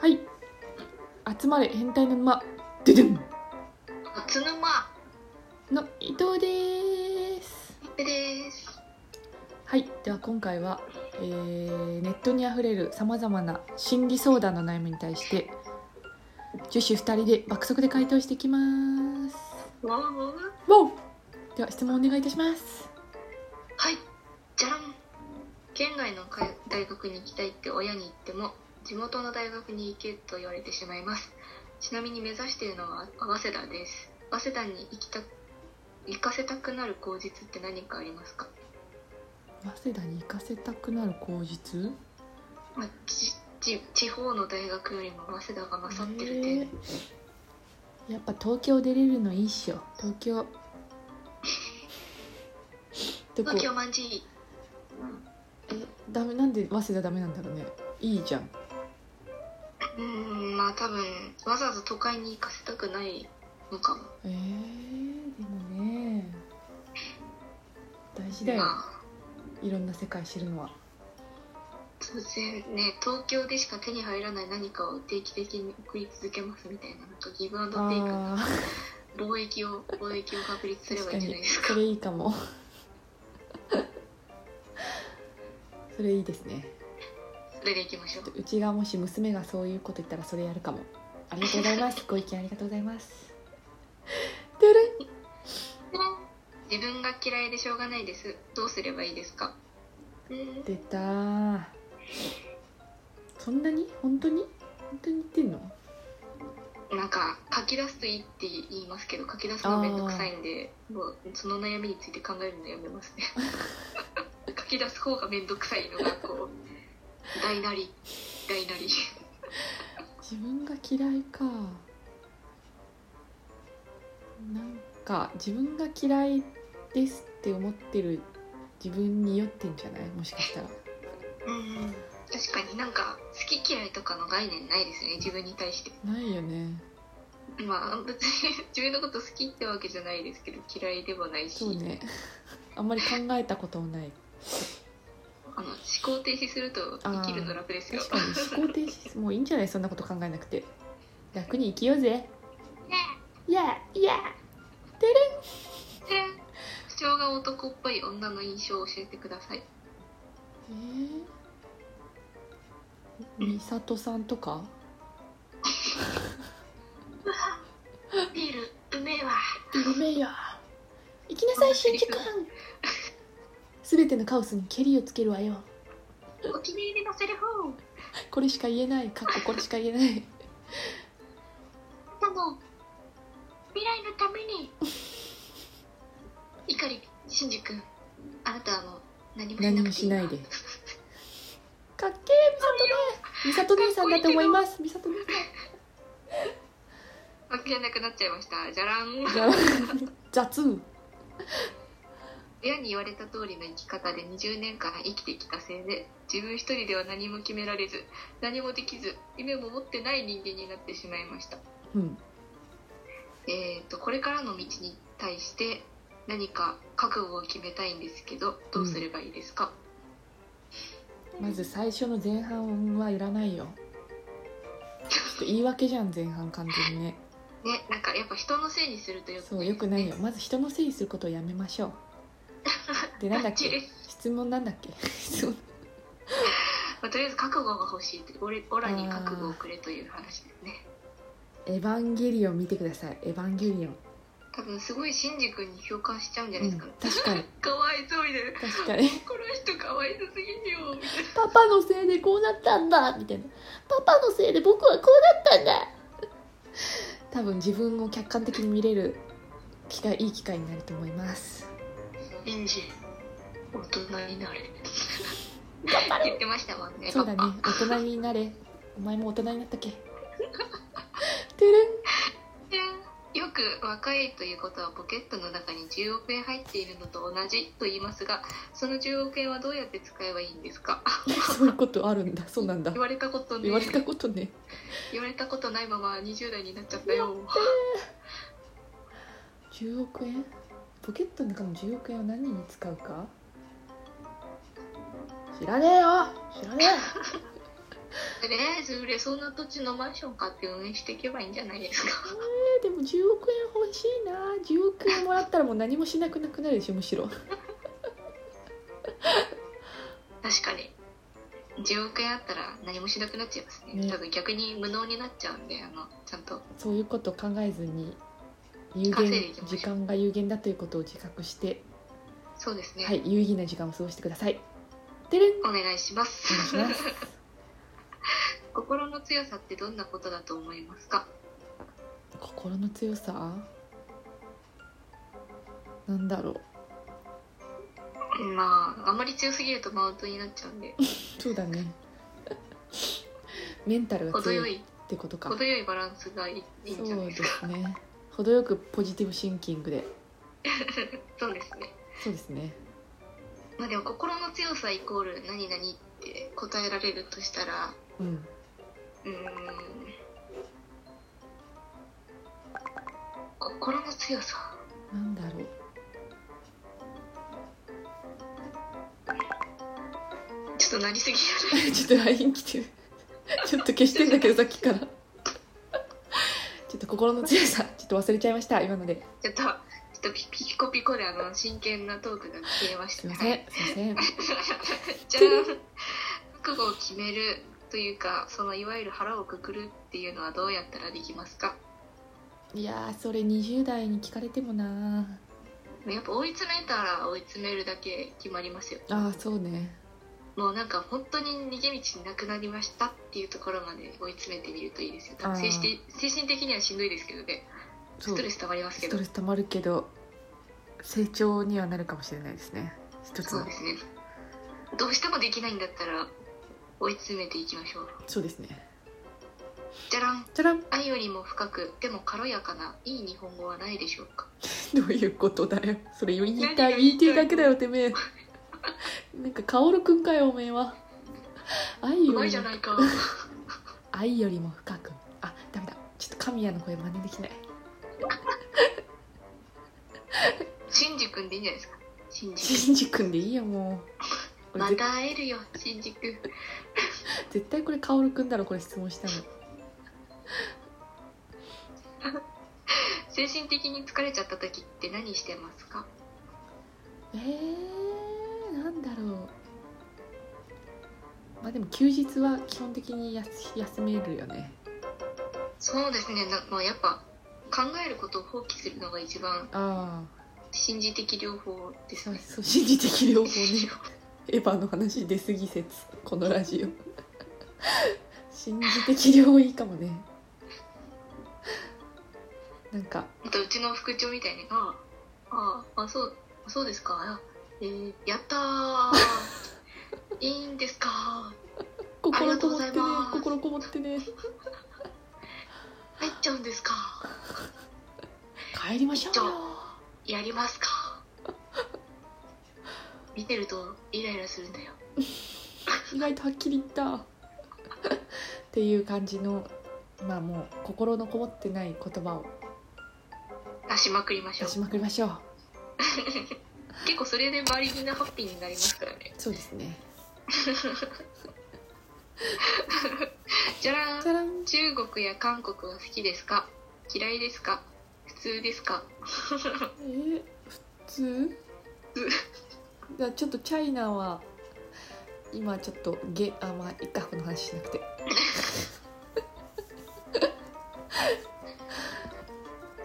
はい集まれ変態の沼ででん初沼の伊藤ですペですはいでは今回は、えーネットにあふれるさまざまな心理相談の悩みに対して女子2人で爆速で回答していきますわわわわわおでは質問お願いいたしますはいじゃらん県外のか大学に行きたいって親に言っても地元の大学に行けと言われてしまいますちなみに目指しているのは早稲田です早稲田に行きた行かせたくなる口実って何かありますか早稲田に行かせたくなる口実まあ、ちち地方の大学よりも早稲田が勝ってる点、えーやっぱ東京出れるのいいっしょ東京どこ東京まんじいえダメなんで早稲田ダメなんだろうねいいじゃんうーんまあ多分わざわざ都会に行かせたくないのかもえー、でもね大事だよまあいろんな世界知るのは当然ね東京でしか手に入らない何かを定期的に送り続けますみたいななんかギブアンドテイクあー貿易を貿易を確立すれ確ばかいいんじゃにないですかそれいいかも それいいですねそれで行きましょううちがもし娘がそういうこと言ったらそれやるかもありがとうございますご意見ありがとうございますてれん自分が嫌いでしょうがないですどうすればいいですかうーん出たーそんなに本当に本当に言ってんのなんか書き出すといいって言いますけど書き出すのめんどくさいんでもうその悩みについて考えるのやめますね 書き出す方がめんどくさいのがこう大なり大なり自分が嫌いかなんか自分が嫌いですって思ってる自分に酔ってんじゃないもしかしたらうん確かになんか好き嫌いとかの概念ないですね自分に対して ないよねまあ別に 自分のこと好きってわけじゃないですけど嫌いでもないし、そうね あんまり考えたこともないあの思考停止すると生きるの楽ですよ確かに思考停止もういいんじゃないそんなこと考えなくて楽に生きようぜ ねいやいやえねえ主張が男っぽい女の印象を教えてくださいえー、美里さんとかビールうめえわ うめえよ行きなさいしんちくんすべてのカオスにケリをつけるわよお気に入りのセリフこれしか言えないかっここれしか言えないなの未来のた めに碇シンジ君あなたはもう何もしなくていい何もしないでかっけえ美里ね美里姉さんだと思います美里姉わけじゃなくなっちゃいましたじゃらんさんじゃあ 雑親に言われた通りの生き方で20年間生きてきたせいで自分一人では何も決められず何もできず夢も持ってない人間になってしまいましたうんえー、とこれからの道に対して何か覚悟を決めたいんですけどどうすればいいですか、まず最初の前半はいらないよちょっと言い訳じゃん前半完全にねねなんかやっぱ人のせいにするとよくそうよくないよまず人のせいにすることをやめましょうでなんだっ バッチリけ質問なんだっけ 質問まあ、とりあえず覚悟が欲しいとオレオラに覚悟をくれという話ですねエヴァンゲリオン見てくださいエヴァンゲリオン、多分すごいシンジ君に共感しちゃうんじゃうないん、ですか、確 かにかわいそうみたいな確かにこの人かわいそうすぎるよみたいなパパのせいでこうなったんだみたいなパパのせいで僕はこうなったんだ多分自分を客観的に見れる機会いい機会になると思いますシンジ大人になれ頑張言ってましたもん ねそうだねパパ大人になれお前も大人になったけ てれんよく若いということはポケットの中に10億円入っているのと同じと言いますがその10億円はどうやって使えばいいんですかそういうことあるんだそうなんだ言われたことね言われたことね言われたことないまま20代になっちゃったよ10億円ポケットの中の10億円を何に使うか知らねえよ知らねえとりあえず売れそうな土地のマンション買って運営していけばいいんじゃないですかえーでも10億円欲しいな10億円もらったらもう何もしなくなくなるでしょむしろ確かに10億円あったら何もしなくなっちゃいますねね多分逆に無能になっちゃうんであのちゃんとそういうこと考えずに有稼いで限いきましょ時う間が有限だということを自覚して、そうですね、はい、有意義な時間を過ごしてくださいてるんお願いしまお願いすします心の強さってどんなことだと思いますか心の強さなんだろうまああまり強すぎるとマウントになっちゃうんでそうだねメンタルが程強よいっいてことか程よいバランスがいいいいんじそゃなういでですかすね程よくポジティブシンキングでそうですねそうですねまあでも心の強さイコール何々って答えられるとしたらうんうーん心の強さなんだろう ちょっとなりすぎじゃないちょっと LINE 来てるちょっと消してんだけどさっきからちょっと心の強さちょっと忘れちゃいました今のでちょっとちょっとピピコピコであの真剣なトークが消えましすたいまはせんすいません じゃん覚悟を決めるというかそのいわゆる腹をくくるっていうのはどうやったらできますかいやーそれ20代に聞かれてもなやっぱ追い詰めたら追い詰めるだけ決まりますよああそうねもうなんか本当に逃げ道なくなりましたっていうところまで追い詰めてみるといいですよ多分あー精神的精神的にはしんどいですけどねそスうトレス溜まりますけスどトレス溜まるけど成長にはなるかもしれないですね一つそうのですねどうしてもできないんだったら追い詰めていきましょうそうですねじゃらんじゃらんど愛よりも深くでも軽やかないい日本語はないでしょうかういうことだよそれ言い何たがい言言いたいいてるだけだよてめえなんか薫くんかよおめえは愛うよまいりじゃもないか愛よりも深くあダメだちょっと神谷の声真似できないシンジ君でいいんじゃないですかシンジシンジ君でいいよもうま俺ぜた会えるよシンジ君絶対これ薫くんだろこれ質問したの精神的に疲れちゃった時って何してますかえー、なんだろうまあでも休日は基本的に休休めるよねそうですねな、まあ、やっぱ考えることを放棄するのが一番ああ心理的療法ですそうねそう心理的療法ねエヴァの話出過ぎ説このラジオ 心理的療法いいかもねなんか あとうちの副長みたいに「ああああそうあそうですかあえーやったー いいんですか心こもっあてねりがとうございます心こもってね入っちゃうんですか帰りましょうよやります か見てるとイライラするんだよ意外とはっきり言った っていう感じのまあもう心のこもってない言葉を出しまくりましょ出うしまくりましょう結構それで周りみんなハッピーになりますからねそうですねじゃらじゃんらん中国や韓国は好きですか嫌いですか普通ですかえー、普通 だからちょっとチャイナは今ちょっとゲあまあいいかこの話しなくて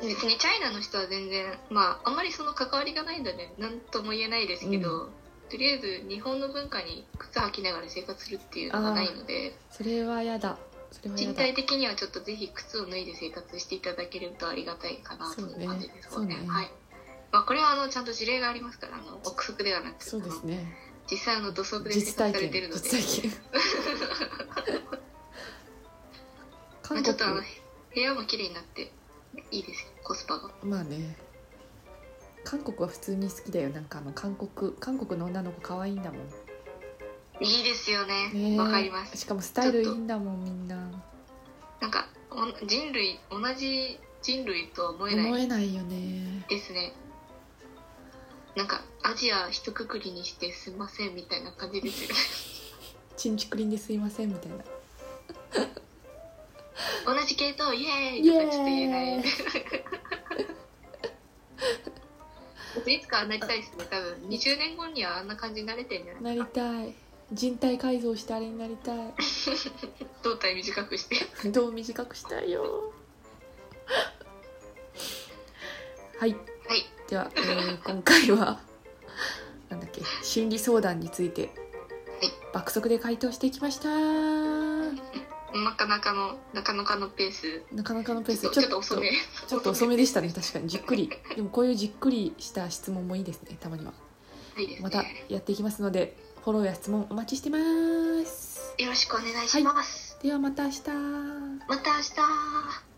別にチャイナの人は全然まああんまりその関わりがないので何とも言えないですけど、とりあえず日本の文化に靴履きながら生活するっていうのがないのでそれはやだそれはや人だ体的にはちょっとぜひ靴を脱いで生活していただけるとありがたいかなという感じですそうねそうねはい。まあこれはあのちゃんと事例がありますからあの憶測ではなく、そうであすのね実際あの土足で生実活体され験てるので、実体 験ま韓あちょっとあの国部屋も綺麗になっていいですよコスパが。まあね韓国は普通に好きだよなんかあの韓国韓国の女の子可愛いんだもんいいですよねね。えわ、かります。しかもスタイルいいんだもんみんななんかお人類同じ人類とは思え思ないえないよねですね。なんかアジア一括 りにしてすんませんみたいな感じですよね。チンチクリンですいませんみたいな同じ系統イエーイと かちょっと言えないイエーイいつかあんなりたいですね多分20年後にはあんな感じに慣れてんじゃなないりたい人体改造してあれになりた 胴体短くしていどう短くしたいよはいはいでは、えー今回は なんだっけ心理相談について爆速で回答していきましたなかなかのなかなかのペースなかなかのペーちょスっとちょっと遅めちょっと遅めでしたね確かにじっくりでもこういうじっくりした質問もいいですねたまにははいですねまたやっていきますのでフォローや質問お待ちしてますよろしくお願いします、ではまた明日また明日